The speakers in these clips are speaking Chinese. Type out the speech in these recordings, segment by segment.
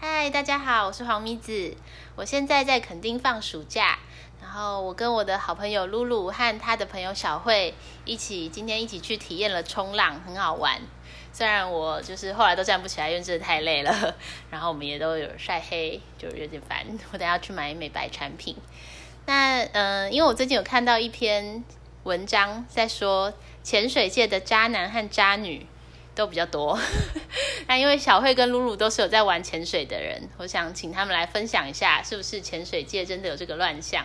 嗨，大家好，我是黄米子，我现在在垦丁放暑假，然后我跟我的好朋友露露和她的朋友小慧一起，今天一起去体验了冲浪，很好玩。虽然我就是后来都站不起来，因为真的太累了， 然后我们也都有晒黑，就有点烦。我等下要去买美白产品。那嗯、呃因为我最近有看到一篇文章在说潜水界的渣男和渣女都比较多。 那因为小慧跟露露都是有在玩潜水的人，我想请他们来分享一下，是不是潜水界真的有这个乱象？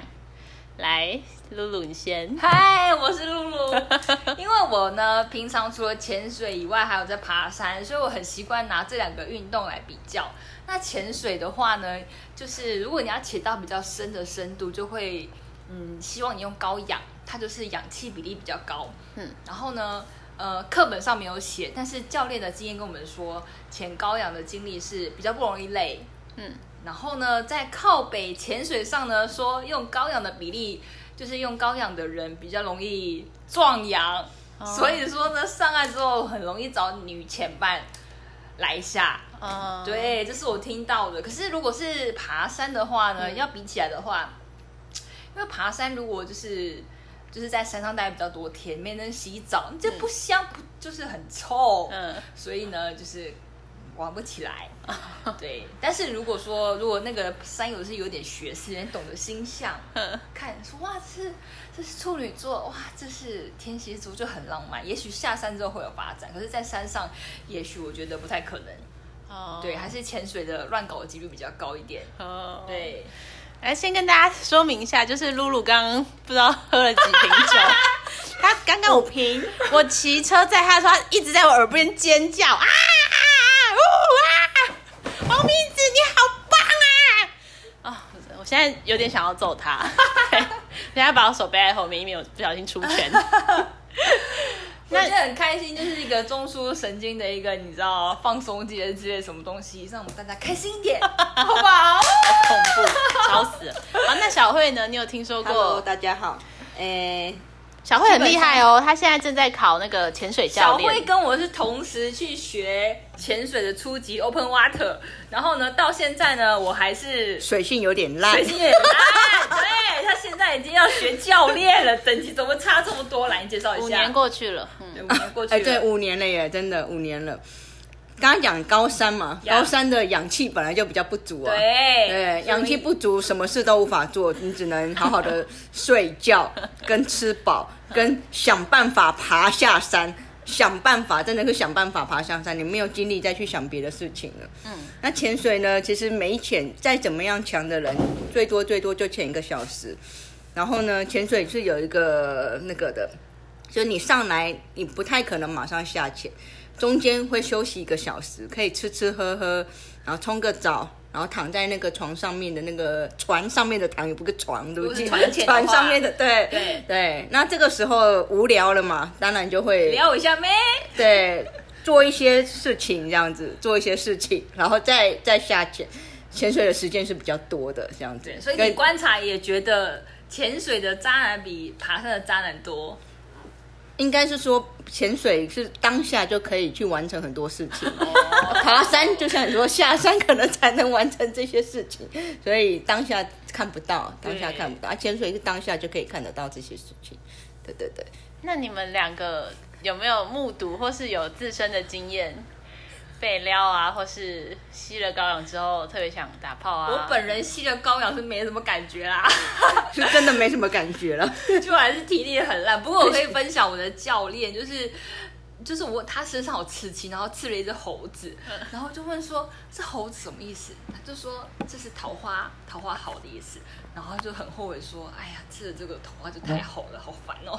来，露露你先。嗨，我是露露。 因为我呢，平常除了潜水以外，还有在爬山，所以我很习惯拿这两个运动来比较。那潜水的话呢，就是如果你要潜到比较深的深度，就会嗯，希望你用高氧，它就是氧气比例比较高。嗯嗯，然后呢，呃，课本上没有写，但是教练的经验跟我们说，潜高氧的经历是比较不容易累。嗯，然后呢，在靠北潜水上呢，说用高氧的比例，就是用高氧的人比较容易壮阳，哦所以说呢，上岸之后很容易找女潜伴来下。嗯，哦对，这是我听到的。可是如果是爬山的话呢，嗯要比起来的话，因为爬山如果就是就是在山上待比较多天，没人洗澡，你这不香不就是很臭？嗯，所以呢，就是玩不起 来。对，但是如果说如果那个山友是有点学识，有点懂得星象，看说哇，这是这是处女座，哇，这是天蝎座，就很浪漫。也许下山之后会有发展，可是，在山上，也许我觉得不太可能。哦对，还是潜水的乱搞的几率比较高一点。哦，对，来，先跟大家说明一下，就是露露刚刚不知道喝了几瓶酒，她刚刚我瓶，我骑车载她的时候，她一直在我耳边尖叫啊啊啊！呜啊！黄明子，你好棒啊！啊、我我现在有点想要揍她，对我现在把我手背在后面，以免我不小心出拳。我觉得很开心，就是一个中枢神经的一个你知道放松节之类什么东西，让我们大家开心一 点，好不好？恐怖，吵死了！好，那小慧呢？你有听说 Hello，过？大家好。诶、小慧很厉害哦，她现在正在考那个潜水教小练。慧跟我是同时去学潜水的初级 Open Water，然后呢，到现在呢，我还是水性有点烂水，性也烂，对他现在已经要学教练了，等级怎么差这么多？来，你介绍一下。五年，过去了，嗯，五年过去哎、了，对，五年了耶，真的五年了。刚刚讲高山嘛，呀高山的氧气本来就比较不足啊。对对，所以氧气不足，什么事都无法做，你只能好好的睡 觉，跟吃饱，跟想办法爬下山，想办法，真的是想办法爬下山。你没有精力再去想别的事情了。嗯，那潜水呢？其实没潜，再怎么样强的人，最多最多就潜一个小时。然后呢，潜水是有一个那个的，就是你上来，你不太可能马上下潜，中间会休息一个小时，可以吃吃喝喝，然后冲个澡，然后躺在那个床上面的那个船上面的躺，也不是床，对不对？如果是船潜的话船上面的，对对对。那这个时候无聊了嘛，当然就会聊一下妹。对，做一些事情这样子，做一些事情，然后再再下潜。潜水的时间是比较多的，这样子，所以跟你观察也觉得潜水的渣男比爬山的渣男多。应该是说潜水是当下就可以去完成很多事情，哦爬山就像你说下山可能才能完成这些事情，所以当下看不到，当下对看不到，啊，潜水是当下就可以看得到这些事情，对对对。那你们两个有没有目睹或是有自身的经验被撩啊，或是吸了高粱之后特别想打炮哦啊？我本人吸了高氧是没什么感觉 啦，是真的没什么感觉了，就还是体力很烂。不过我可以分享我的教练，就是就是我他身上有刺青，然后刺了一只猴子，嗯然后就问说这猴子什么意思？他就说这是桃花，桃花好的意思。然后就很后悔说，哎呀，刺了这个桃花就太好了，好烦哦。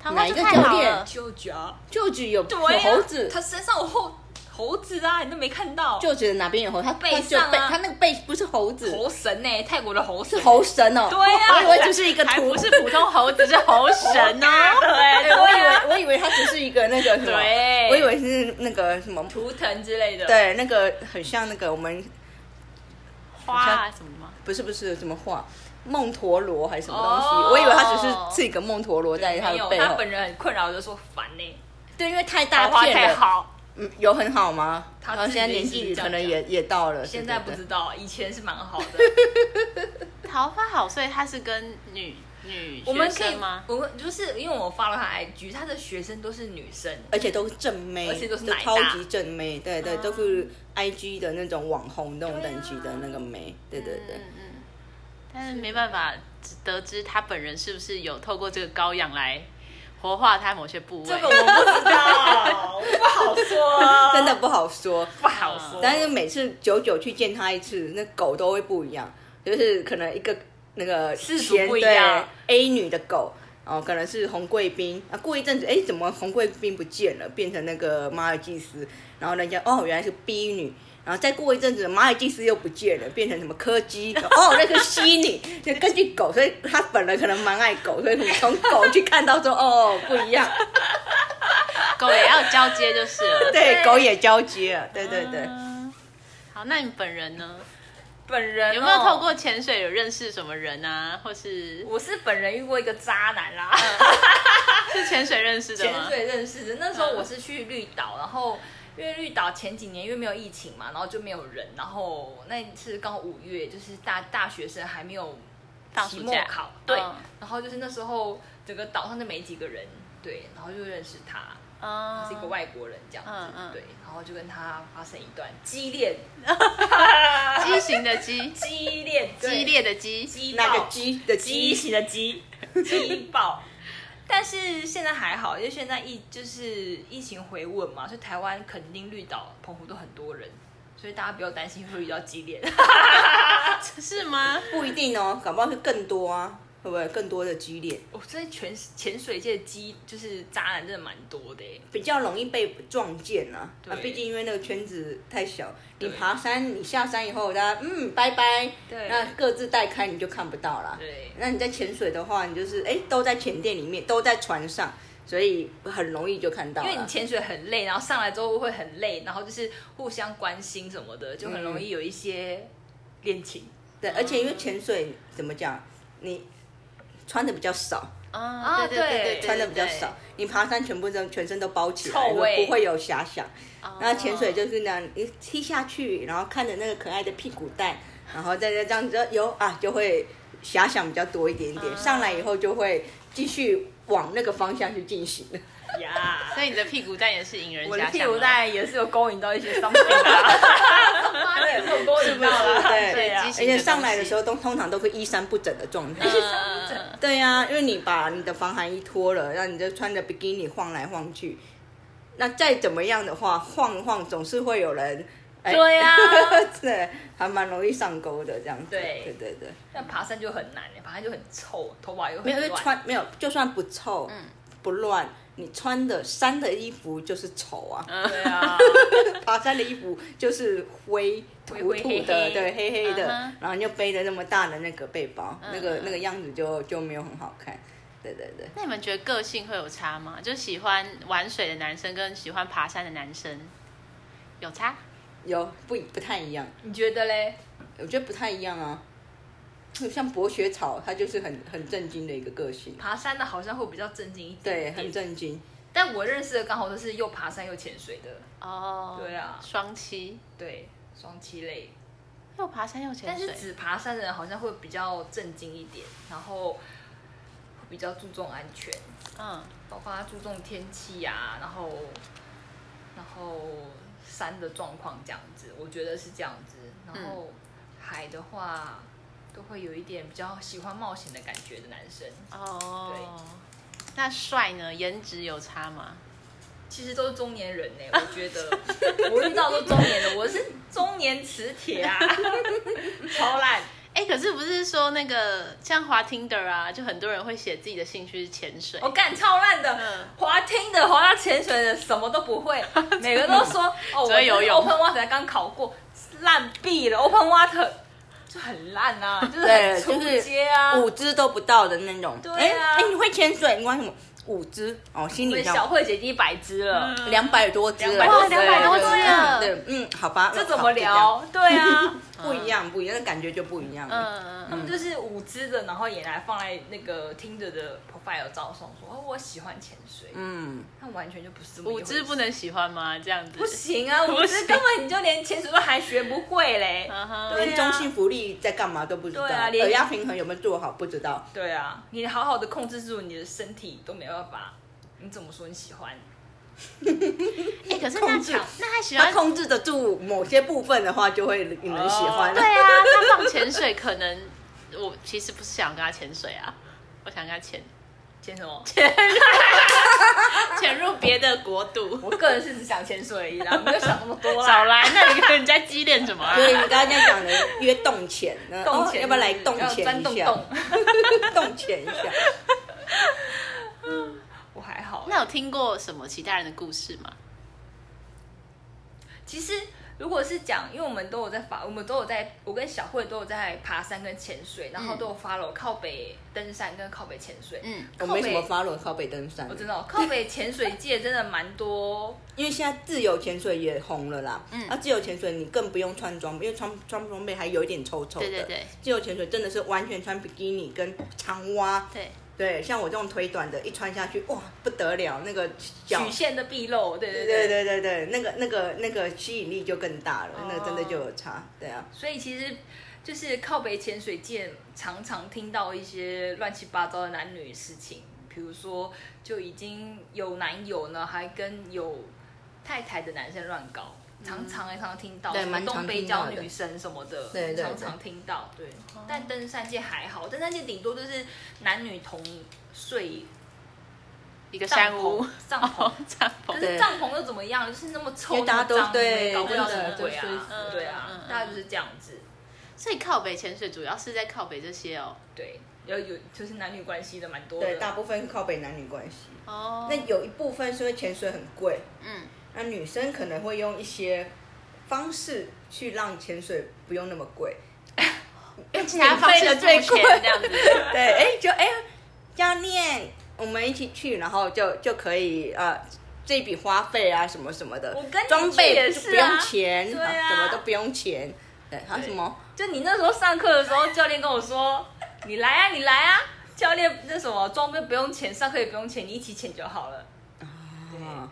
桃花就哪一太个好酒店了，舅 舅，舅舅有对有啊嗯猴子，他身上有猴猴子啊，你都没看到。舅舅哪边有猴？他背他就上啊背，他那个背不是猴子，猴神呢、泰国的猴是神，欸猴神哦。对啊我以为只是一个还图不，是普通猴子，是猴神哦。对哎 我以为我以为他只是一个那个什么，对我以为是那个什么图腾之类的。，对，那个很像那个我们花啊什么吗？不是不是什么画梦陀罗还是什么东西，哦我以为他只是是一个梦陀罗在他没有的背他后。本人很困扰，就说烦呢、欸对，因为太桃大花片太了，好，嗯，有很好吗？他然后自现己在的意年思是纪这可样能讲也也到了，现在对不对对知道，以前是蛮好的。桃花好，所以他是跟女女我们学可以生吗？我们就是因为我发了他 IG，他的学生都是女生，而且都是正妹，而且都是奶大啊超级正妹，对对，都是 I G 的那种网红那种等级的那个妹，对对对嗯。嗯嗯。但是没办法只得知他本人是不是有透过这个羔羊来活化他某些部位。这个我不知道，我不好说， 真的不好说，不好说。但是每次久久去见他一次，那狗都会不一样，就是可能一个那个氏族前不一样对 A 女的狗。哦，可能是红贵宾啊，过一阵子，哎，怎么红贵宾不见了，变成那个马尔济斯，然后人家哦，原来是 B 女，然后再过一阵子，马尔济斯又不见了，变成什么柯基，哦，那个 C 女，就根据狗，所以他本人可能蛮爱狗，所以我们从狗去看到说，哦，不一样，狗也要交接就是了。对，狗也交接了，对对对。嗯好，那你本人呢？本人哦有没有透过？潜水有认识什么人啊？或是我是本人遇过一个渣男啦，是潜水认识的潜吗？嗯水认识的。那时候我是去绿岛，然后因为绿岛前几年因为没有疫情嘛，然后就没有人。然后那一次刚好五月，就是大大学生还没有放期暑末假考，对。嗯然后就是那时候整个岛上就没几个人，对，然后就认识他。啊他是一个外国人这样子，嗯嗯对，然后就跟他发生一段激烈、畸形的 畸，激烈、激、烈的激，激那个爆、鸡的畸鸡形的激、激爆。但是现在还好，因为现在疫就是疫情回稳嘛，所以台湾、垦丁、绿岛、澎湖都很多人，所以大家不要担心会遇到激烈的。是吗？不一定哦，搞不好是更多啊，会不会更多的激烈，我在全潜水界的激就是渣男真的蛮多的耶，比较容易被撞见啊。对啊，毕竟因为那个圈子太小，你对爬山，你下山以后，大家嗯拜拜，对那各自带开，你就看不到啦。对那你在潜水的话，你就是哎、都在潜店里面，都在船上，所以很容易就看到因了。为你潜水很累，然后上来之后会很累，然后就是互相关心什么的，就很容易有一些恋情。对，而且因为潜水怎么讲，你穿的比较少，哦啊，对对对对，穿的比较对少，你爬山全部都全身都包起来，臭不味不会有遐想。哦然后潜水就是那样，你踢下去，然后看着那个可爱的屁股蛋，然后再再这样子游啊，就会遐想比较多一点啊点。上来以后就会继续往那个方向去 进行了。呀、所以你的屁股蛋也是引人我遐的想。屁股，蛋也是有勾引到一些 something 啊，妈的也是有勾引到了，对对呀、所以啊激。而且上来的时候都通常都会衣衫不整的 状态。啊嗯，对呀、因为你把你的防寒衣脱了，然后你就穿着比基尼晃来晃去，那再怎么样的话，晃一晃总是会有人。哎对啊呀 对，还蛮容易上钩的这样子。对对对对。但爬山就很难，欸爬山就很臭，头发又没有很就乱。嗯穿没有，就算不臭，不乱，你穿的山的衣服就是丑啊，对 啊，爬山的衣服就是灰土灰土灰的，黑黑对，黑黑的，嗯哼然后你就背着那么大的那个背包，那个嗯那个样子就就没有很好看，对对对。那你们觉得个性会有差吗？就喜欢玩水的男生跟喜欢爬山的男生有差？有不不太一样，你觉得嘞？我觉得不太一样啊。像博学草，他就是很很震惊的一个个性，爬山的好像会比较正经一对，点，很震惊。但我认识的刚好都是又爬山又潜水的，哦，对啊双栖对，双栖类。又爬山又潜但是水，只爬山的人好像会比较震惊一点，然后比较注重安全，嗯，包括他注重天气呀、然后然后山的状况这样子，我觉得是这样子。然后海的话，都会有一点比较喜欢冒险的感觉的男生，哦，那帅呢？颜值有差吗？其实都是中年人呢、我觉得我遇到都中年的，我是中年磁铁啊，超烂。哎，可是不是说那个像滑 Tinder 啊，就很多人会写自己的兴趣是潜水我，哦干超嗯烂的，滑听的、滑到潜水的，什么都不 会，每个都说哦，只我会游泳 Open Water 才刚考过，烂毙了，Open Water 就很 烂啊，就是对很就出是街啊，五只都不到的那种。对啊哎、哎你会潜水？你玩什么？五只哦，心我理们小上慧姐已经一百只了，嗯嗯两百多只了， 200对200多对只了对，嗯，好吧，这那怎好么就聊？ 对啊，这样？不一样，不一样，那感觉就不一样了。 嗯他们就是五只的，然后也来放在那个听着的 profile 照上，说哦，我喜欢潜水，嗯，但完全就不是这么一五回事只不能喜欢吗？这样子不行啊，不五只行根本你就连潜水都还学不会嘞。嗯哼对啊连中性福利在干嘛都不知道，对啊连耳压平衡有没有做好不知道。对啊，你好好的控制住你的身体都没办法，你怎么说你喜欢？哎、可是那控制巧，那他喜他欢 控制得住某些部分的话，就会引人喜欢。哦对啊，他放潜水可能我其实不是想跟他潜水啊，我想跟他潜潜什么？潜入别的国度。我个人是只想潜水而已啦，没有想那么多少啦。来，那你跟人家激恋什么、啊？所以你刚刚在讲的约动钱呢，动哦钱要不要来动要钱钻洞一下？，洞 动钱一下。我还好。那有听过什么其他人的故事吗？其实如果是讲，因为我们都有在发，我们都有在，我跟小慧都有在爬山跟潜水，然后都有发了靠北登山跟靠北潜水。嗯，我没什么 follow 靠北登山我，真的哦、靠北潜水界真的蛮 多，因为现在自由潜水也红了啦。嗯那、自由潜水你更不用穿装备，因为穿穿装备还有一点臭臭的。对对对自由潜水真的是完全穿比基尼跟长蛙，对，对，像我这种腿短的，一穿下去哇不得了，那个脚曲。线的毕露，对对对对对对对对，那个那个那个吸引力就更大哦了，那个真的就有差，对啊，所以其实就是靠北潜水界常常听到一些乱七八糟的男女事情，比如说就已经有男友呢，还跟有太太的男生乱搞。常常常常听到，对什么蛮常东北听到角的女神什么的，对对常对常听到。对，但登山界还好，登山界顶多就是男女同睡一个山屋，帐篷， 帐篷可 对是帐篷又怎么样？就是那么因臭，为大家都那么脏对搞不真了的什么鬼就睡啊死了，对嗯啊嗯，大家就是这样子。所以靠北潜水主要是在靠北这些哦。对，有有就是男女关系的蛮多的。对，大部分是靠北男女关系，哦，那有一部分是因为潜水很贵，嗯，那女生可能会用一些方式去让潜水不用那么贵，其他方式免付费的钱最贵这样子。 对，哎、就哎、教练，我们一起去，然后就就可以呃，这笔花费啊什么什么的，我跟你装去备也就是不用啊钱，对啊什么都不用钱，对，还有对什么？就你那时候上课的时候，教练跟我说：“你来啊，你来啊，教练那什么装备不用钱，上课也不用钱，你一起钱就好了。啊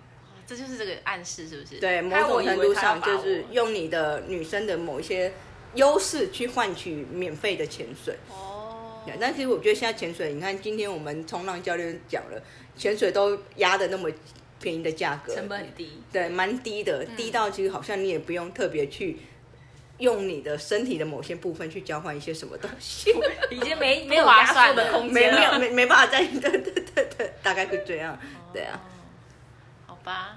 这就是这个暗示，是不是？，对，某害我种以程为度他要上把就是我用你的女生的某一些优势去换取免费的潜水。哦，对但其实我觉得现在潜水，你看今天我们冲浪教练讲了，潜水都压的那么便宜的价格，成本很 低。对，蛮低的，低到其实好像你也不用特别去用你的身体的某些部分去交换一些什么东西，已经没没不有划压缩算的了空没间没有了。没没办法在你的对对对对，大概是这样，对啊，好吧，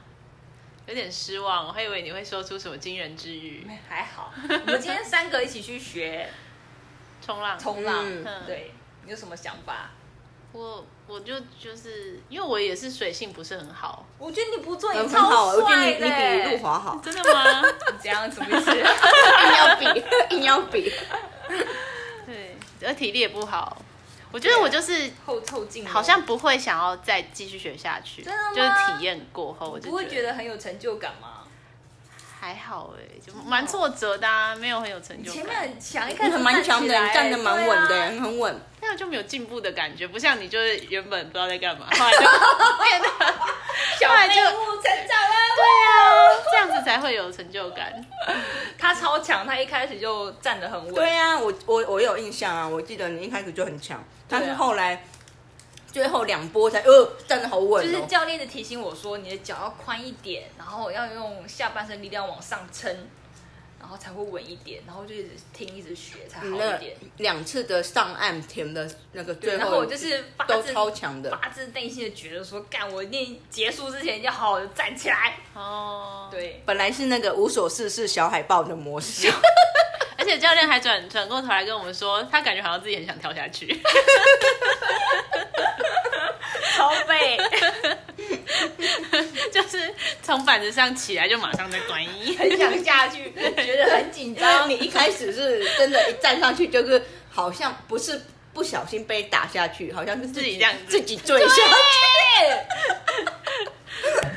有点失望，我还以为你会说出什么惊人之语。还好，我们今天三个一起去学冲浪，冲浪。嗯对，你有什么想法？我我就就是因为我也是水性不是很好，我觉得你不做，很你很好，超我觉得帅你的你欸。比路华好，真的吗？ 这样什么意思？硬要比硬要比，对，而体力也不好，我觉得我就是 后凑近了，好像不会想要再继续学下去，真的吗就是体验过后，我就不会觉得得很有成就感吗？还好哎、就蛮挫折的、啊，没有很有成就哦前面感，很强，一开你始很蛮强的，站起你来站的蛮稳的，对啊你很稳，那我就没有进步的感觉，不像你就是原本不知道在干嘛， 后来就变得小来就废物成长了。对啊，这样子才会有成就感。他超强，他一开始就站得很稳。对啊，我我我有印象啊，我记得你一开始就很强，但是对啊后来最后两波才呃站得好稳、哦，就是教练的提醒我说，你的脚要宽一点，然后要用下半身力量往上撑，然后才会稳一点，然后就一直听，一直学才好你那一点。两次的上岸填的嗯那个最对，后，然后我就是发都自超强的，发自内心的觉得说，干，我一定结束之前一定要好好的站起来。哦，，嗯对，本来是那个无所事事小海豹的模式，而且教练还转转过头来跟我们说，他感觉好像自己很想跳下去。 超背。就是从板子上起来就马上在短衣，很想下去，觉得很紧 然后张。你一开始是真的，一站上去就是好像不是不小心被打下去，好像是自自己己这样子啊自己坠下去，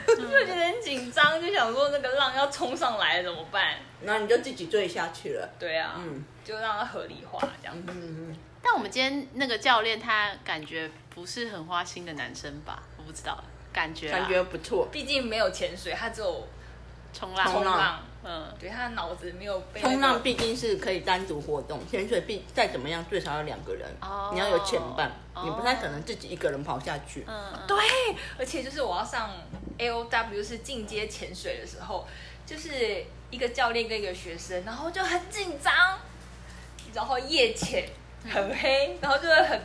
就觉得很紧张，就想说那个浪要冲上来了怎么办？然后你就自己坠下去了。对啊，嗯就让它合理化这样子。嗯嗯， 但我们今天那个教练他感觉不是很花心的男生吧？我不知道，感觉啦感觉不错。毕竟没有潜水，他只有冲浪，冲冲浪浪，嗯，对他脑子没有被那个冲浪毕竟是可以单独活动，潜水必再怎么样最少要两个人，哦你要有潜伴，哦你不太可能自己一个人跑下去。嗯，对，而且就是我要上 A O W 是进阶潜水的时候，就是一个教练跟一个学生，然后就很紧张，然后夜潜很黑，然后就会很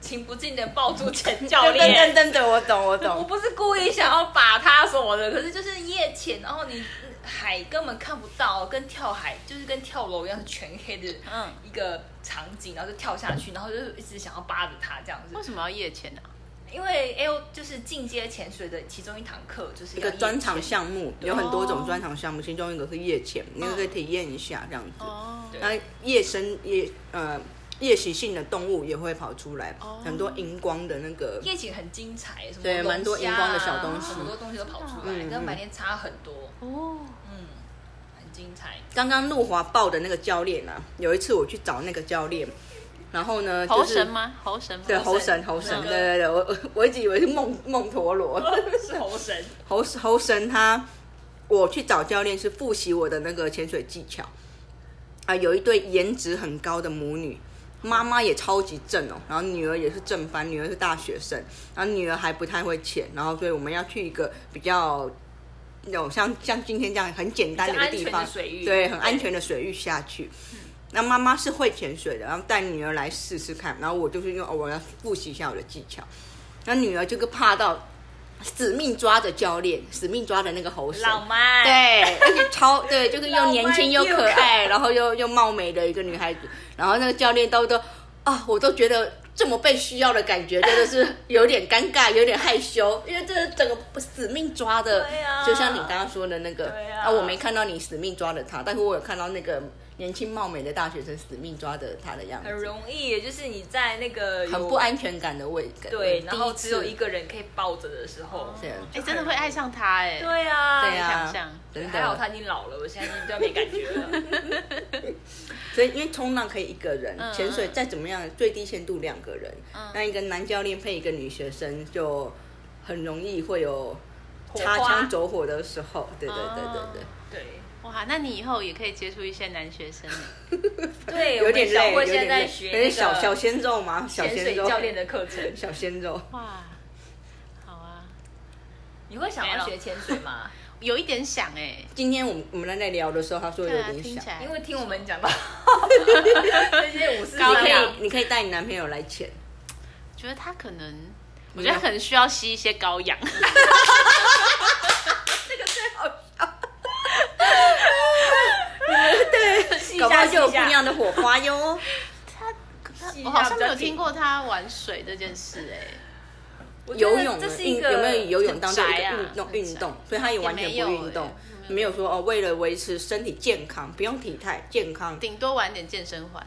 情不禁的抱住 前哦教练。噔噔噔噔，我懂我我懂。不是故意想要把他什么的，可是就是夜潜，然后你海根本看不到，跟跳海就是跟跳楼一样，是全黑的嗯一个场景，然后就跳下去，然后就是一直想要扒着他这样子嗯为。什么要夜潜呢、啊？因为 L 就是进阶潜水的其中一堂课，就是一要个专场夜潜。项目有很多哦种专场项目，其中一个是夜潜，你可以体验一下这样子。哦对那夜生夜呃夜习性的动物也会跑出来哦，很多荧光的那个。夜景很精彩，什么对龙虾啊蛮多荧光的小东西很多东西都跑出来，嗯跟嗯白天差很多，哦，嗯，很精 彩。 刚刚路华报的那个教练啊，有一次我去找那个教练，然后呢，猴就是神吗？猴神吗？对猴猴神神猴神，嗯对对对，我我我一直以为是梦梦陀罗，是猴神，猴猴神他，我去找教练是复习我的那个潜水技巧啊。有一对颜值很高的母女，妈妈也超级正哦，然后女儿也是正班，女儿是大学生，然后女儿还不太会潜，然后所以我们要去一个比较那种像像今天这样很简单的一个地比较安全方的水域嗯对，很安全的水域下去。那妈妈是会潜水的，然后带女儿来试试看，然后我就是用、哦、我要复习一下我的技巧，那女儿就个怕到死命抓着教练，死命抓着那个猴神，浪漫，，对，而且超对，就是又浪漫年轻又又可爱，然后又又貌美的一个女孩子。然后那个教练到都啊，我都觉得这么被需要的感觉，真的是有点尴尬，有点害羞，因为这是整个死命抓的，对啊就像你刚刚说的那个对啊我没看到你死命抓着他，但是我有看到那个年轻貌美的大学生死命抓着他的样很子，容易，就是你在那个有很不，安全感的位置。对，第然后只次有一个人可以抱着的时候，这样哎、真的会爱上他哎、对啊，对啊想象真的还好他已经老了，我现在比较没感觉了， 所以因为冲浪可以一个人嗯，潜水嗯再怎么样最低限度两个人，嗯那一个男教练配一个女学生就很容易会有擦火花枪走火的时候。对对对对对，哦 对。哇，那你以后也可以接触一些男学生欸，对，有点累，我们小慧有现点在累，学那有个点小小鲜肉嘛，小潜鲜水肉教练的课 程，小鲜肉。哇，好啊，你会想没要了学潜水吗？有一点想哎、今天我们我们在聊的时候，他说有对啊，点听想起，来， 因为听我们 讲到这些五四高你可三粱啊以你可以带你男朋友来潜，觉得他可能，我没有觉得他可能需要吸一些羔羊， 细搞不好下就细有不下一样的火花哟。他吸一下我好像没比较有紧听过他玩水这件事哎、我觉游得泳这呢是运一个有没有以游泳当做一很个宅啊运动很宅运动，所以他也完全也不没有运动欸，没有说哦，为了维持身体健康，不用体态健康，顶多玩点健身环，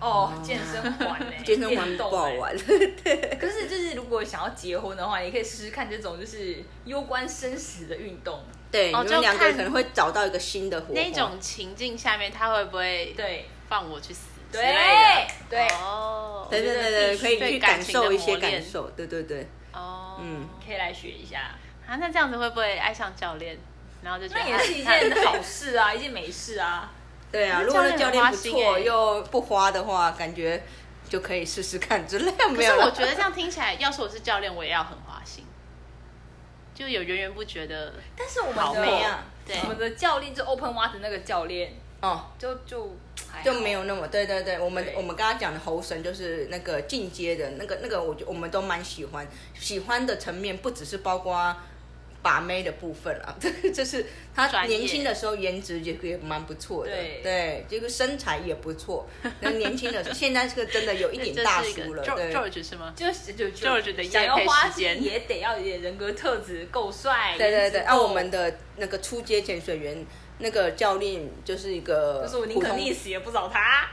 哦健身环呢？健身环运不动好欸。玩。可是就是如果想要结婚的话，你可以试试看这种就是攸关生死的运动。 对，哦你就们两个看可能会找到一个新的火花。那一种情境下面他会不会对放我去死之对类的？对，哦，对对对对，可以对去感感情受的一磨些感练受。对对对，哦，嗯嗯，可以来学一下，啊，那这样子会不会爱上教练？然后就觉得那也是一啊 件好事啊，一件美事啊。对啊，那如果那教教练练很不花心错欸又不花的话，感觉就可以试试看之类。可没是有啦，我觉得这样听起来，要是我是教练，我也要很花心，就有源源不绝的。但是我们好美的啊对我们的教练就 Open Water 那个教练，哦，就就哎还好就没有那么对对对，我们对我们刚刚讲的猴神就是那个进阶的那个那个，我觉我们都蛮喜欢，喜欢的层面不只是包括把妹的部分啊， 这个就是他专业年轻的时候颜值也也蛮不错的，对对，这个身材也不 错，那年轻的现在这个真的有一点大叔了， George 对。 George 是吗？就是就就就是的想要业配花时间心也得要有人格特质够帅，对对颜值对，够按、我们的那个初阶潜水员那个教练就是一个，就是我宁可溺死也不找他。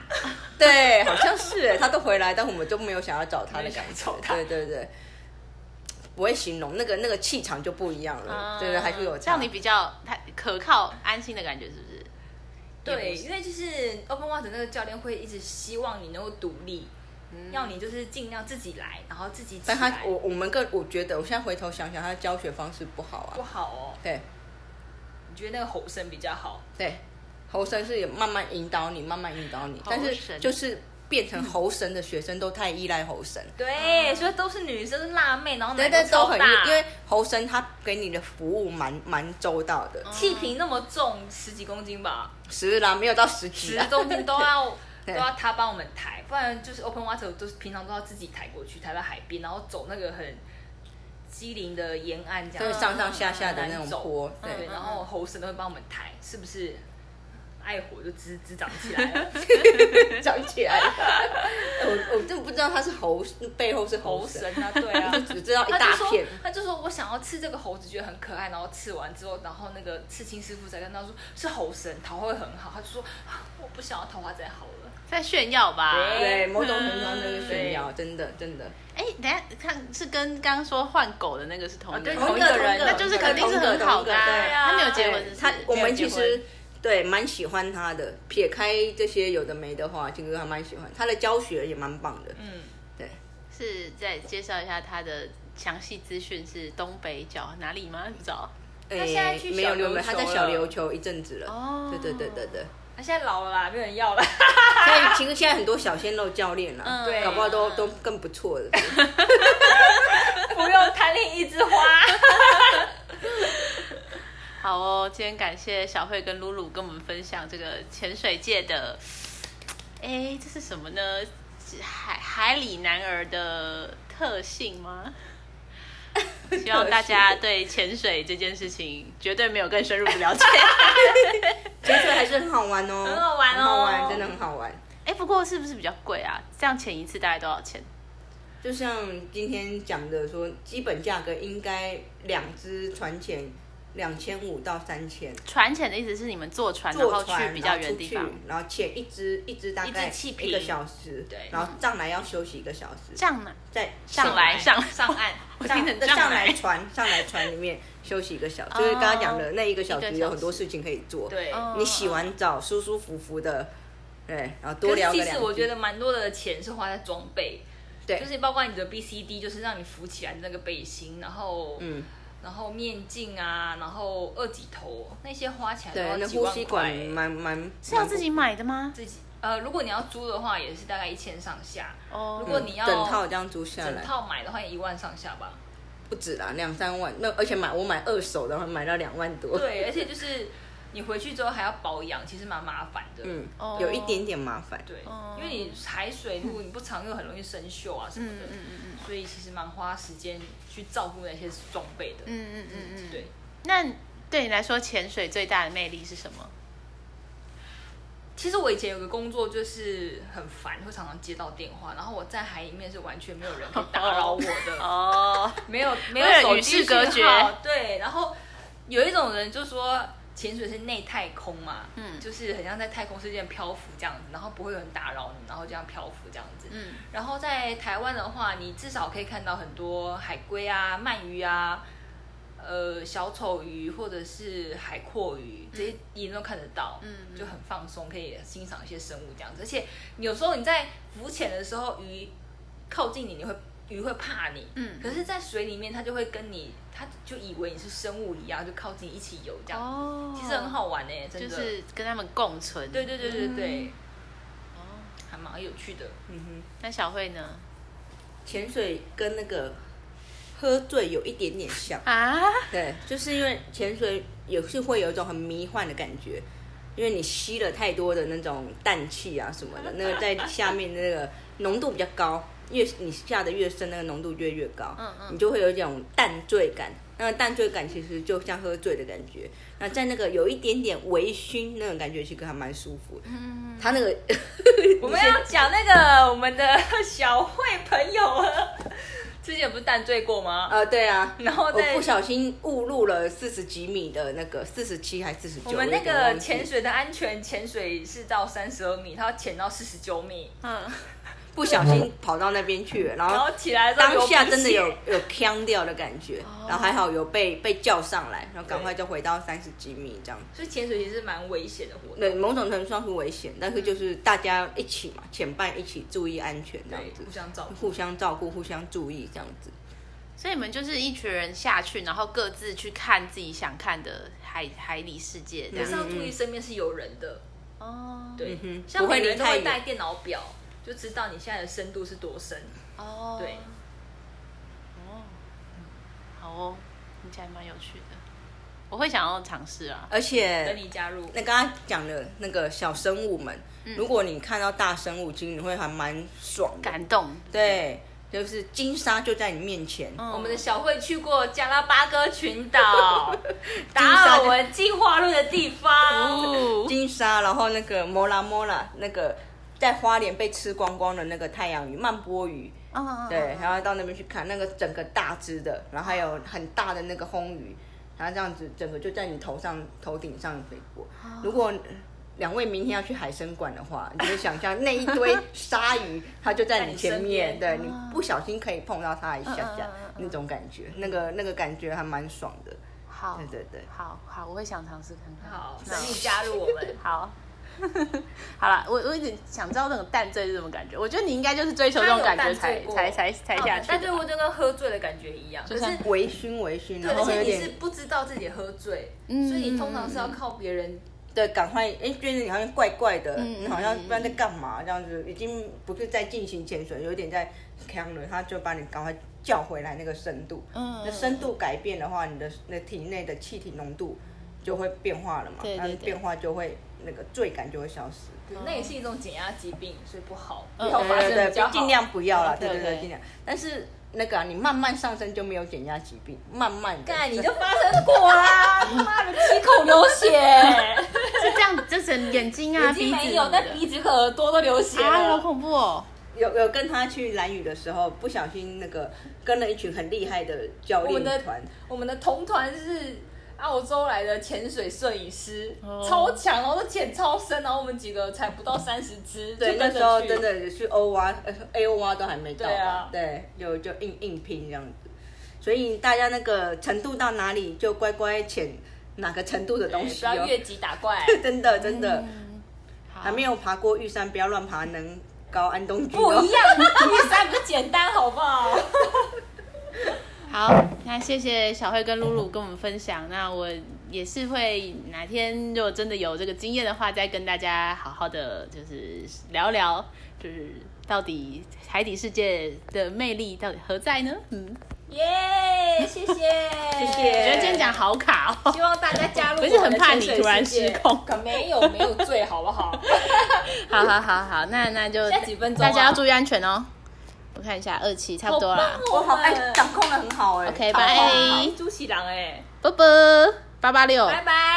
对，好像是哎，他都回来，但我们都没有想要找他的感没有觉想找。他对对对。不会形容，那个那个气场就不一样了，对对，还是有这差样，你比较他可靠、安心的感觉，是不是？对，也不是因为就是 Open Water 那个教练会一直希望你能够独立，要你就是尽量自己来，然后自己起但他来。我我们个我觉得，我现在回头想想，他的教学方式不好啊不，好哦，对你觉得那个吼声比较好？对，猴神是也慢慢引导你，慢慢引导你，但猴是神就是变成猴神的学生都太依赖猴神，对，所以都是女生辣妹，然后对奶对，都超很依大，因为猴神他给你的服务蛮蛮周到的，嗯气瓶那么重，十几公斤吧，十啦没有到十十几啊啦，公斤都要都嗯对要他帮我们抬，不然就是 Open Water 都是平常都要自己抬过去，抬到海边，然后走那个很机灵的沿岸这样，就是上上下下的很那啊难种走坡，对，对。然后猴神都会帮我们抬，是不是？爱火就滋滋长起来 了，长起来了。 我我真的不知道它是猴，背后是猴猴神神，啊，对啊我。只知道一他就大说片。，他就说我想要刺这个猴子，觉得很可爱。然后刺完之后，然后那个刺青师傅才跟他说是猴神，桃花会很好。他就说、啊我不想要桃花再好了。在炫耀吧？嗯对，某种程度上那是炫对耀，真的真的。哎，等一下看是跟刚刚说换狗的那个是同一啊哦对个吗，同一个人那就是肯定是很好的、同一个对啊他没有结婚对是不是，哎他我们没有其结婚实对蛮喜欢他的，撇开这些有的没的话，其实还蛮喜欢他的教学也蛮棒的。嗯，对，是再介绍一下他的详细资讯是东北角哪里吗？不知道他现在去哎没有小没有没琉有他球在小了琉球一阵子了。哦对对对对对，他现在老了啦，没有人要了。所以其实现在很多小鲜肉教练啦，对搞不好都都更不错的。 不用贪恋一枝花。好哦，今天感谢小慧跟露露跟我们分享这个潜水界的，哎，这是什么呢？海海里男儿的特性 吗？希望大家对潜水这件事情绝对没有更深入的了 解。潜水还是很好玩哦，很好玩哦很好玩，真的很好玩。哎，不过是不是比较贵啊？这样潜一次大概多少钱？就像今天讲的说，基本价格应该两只船钱两千五到三千，船潜的意思是你们坐船，然坐后去船比较然后远出的地去方，，然后潜一只一只大一概只气瓶一个小时，对然后上来要休息一个小时，上呢再上来上上岸，我上听成上上来来船上来船里面休息一个小时，哦就是刚刚讲的那一个小一个时小时有很多事情可以做，对。哦你洗完澡舒舒服服的，对，然后多可是聊其个实两我觉句，得蛮多的钱是花在装备，对就是包括你的 B C D，就是让你浮起来的那个背心，然后嗯，然后面镜啊，然后二级头那些花起来都对，要那几呼万吸管块。欸蛮蛮是要自己买的吗？自己呃，如果你要租的话，也是大概一千上下；嗯哦如果你要整套这样租下整来。套买的话，也一万上下吧。不止啦，两三万。那而且买我买二手的话，买到两万多。，对，而且就是你回去之后还要保养，其实蛮麻烦的。嗯哦，有一点点麻烦。对哦，因为你海水如果你不常用，很容易生锈啊什么嗯的，嗯嗯所以其实蛮花时间去照顾那些装备的。嗯嗯嗯嗯，对，那对你来说，潜水最大的魅力是什么？其实我以前有个工作就是很烦，会常常接到电话，然后我在海里面是完全没有人可以打扰我的， 哦，没有没为了有手与机世隔讯绝号对，然后有一种人就说。潜水是内太空嘛，嗯，就是很像在太空世界漂浮这样子，然后不会有人打扰你，然后这样漂浮这样子，嗯，然后在台湾的话，你至少可以看到很多海龟啊、鳗鱼啊、呃小丑鱼或者是海阔鱼，这些你都看得到，嗯就很放松，可以欣赏一些生物这样子。而且有时候你在浮潜的时候，鱼靠近你，你会鱼会怕你，嗯可是，在水里面它就会跟你，它就以为你是生物一样，就靠近一起游这样，哦其实很，好玩呢、欸真就的，是嗯跟他们共存。对对对对对，哦，还蛮有趣的。嗯哼，那小慧呢？潜水跟那个喝醉有一点点像。啊，对，就是因为潜水也是会有一种很迷幻的感觉，因为你吸了太多的那种氮气啊什么的，那个在下面那个浓度比较高，越你下的越深，那个浓度就会越高，嗯嗯你就会有一种淡醉感。那个淡醉感其实就像喝醉的感觉，那在那个有一点点微醺那种感觉，其实还蛮舒服的。嗯，它那个 我们要讲那个我们的 小慧朋友啊， 之前不是淡醉过吗？呃，对啊，然后我在不小心误入了四十几米的那个四十七还四十九，我们那有点忘个记潜水的安全潜水是到三十二米，他要潜到四十九米，嗯，不小心跑到那边去了，然然后后起来之后当流下鼻真的血有有呛掉的感觉，然后还好有被被叫上来，然后赶快就回到三十几米这样。所以潜水其实是蛮危险的活动。对，某种程度上是危险，但是就是大家一起嘛，前伴一起注意安全这样对子，互相照顾互相照顾，互相注意这样子。所以你们就是一群人下去，然后各自去看自己想看的海海里世界这样可是子。要注意身边是有人的，哦，对，嗯嗯哼像不会每离个人都太会远带电脑表，就知道你现在的深度是多深。哦，对，哦，好哦，听起来蛮有趣的，我会想要尝试啊。而等且嗯你加入，那刚刚讲的那个小生物们，如果你看到大生物，其实你会还蛮爽的。感动，对，就是金沙就在你面前，嗯我们的小慧去过加拉巴哥群 岛，达尔文进化论的地 方。哦， 金沙，然后那个摩拉摩拉那个在花莲被吃光光的那个太阳鱼曼波鱼，嗯，对，然后到那边去看那个整个大只的，然后还有很大的那个红鱼，然后这样子整个就在你头上头顶上飞过。如果两位明天要去海参馆的话，你就想象那一堆鲨鱼，它就在你前面，在对你不小心可以碰到它一下嗯嗯下嗯嗯嗯那种感觉，那个那个感觉还蛮爽的。好，对对对，好好，我会想尝试看看。好，那。等你加入我们好。 好了，我我有点想知道那种淡醉是什么感觉。我觉得你应该就是追求这种感觉才才才才下去的吧。哦但对我就跟喝醉的感觉一样，就可是像微醺微醺，对，然而后且有你是点不知道自己喝醉，嗯所以你通常是要靠别人。对，赶快哎，觉得你好像怪怪的，嗯你好像不知道在干嘛这样子，已经不是在进行潜水，有点在呛了，他就把你赶快叫回来那个深度。嗯那深度改变的话，你的那体内的气体浓度就会变化了嘛，对对那对变化就会那个醉感就会消失。那也是一种减压疾病，所以不好，嗯以后发生对比较好。尽量不要啦，哦对对对对对，尽量。但是那个啊，你慢慢上升就没有减压疾病，慢慢的。干，你就发生 过啦，妈的，七口流血，是这样子，就是眼睛啊、 眼鼻睛子没有，但鼻子和耳朵都流血啊，好了。恐怖哦！有有跟他去蓝屿的时候，不小心那个跟了一群很厉害的教我们练的团，我们的同团是澳洲来的潜水摄影师，哦超强，然后都潜超深，然后我们几个才不到三十只，对，就那跟着时候去真的是 O 蛙、呃 A O 蛙都还没到对吧啊？对，有就硬硬拼这样子，所以大家那个程度到哪里就乖乖潜哪个程度的东对西不要 哦。越级嗯打 怪。真的真的，好还没有爬过玉山，不要乱爬能高安东居、哦。不一样，玉山比较简单，好不好？好，那谢谢小慧跟露露跟我们分享。那我也是会哪天如果真的有这个经验的话，再跟大家好好的就是聊聊，就是到底海底世界的魅力到底何在呢？嗯， 耶、谢谢，谢我谢觉得今天讲好卡哦。希望大家加入我我是很们的怕你潜水突然世界失控可没有没有醉，好不 好？好好好好，那那就现在几分钟啊大家要注意安全哦。我看一下二期差不多啦，好我好棒哦哎，掌控的很好哎、 OK，掌控得拜很好好，朱喜郎哎，啵啵八八六，拜拜。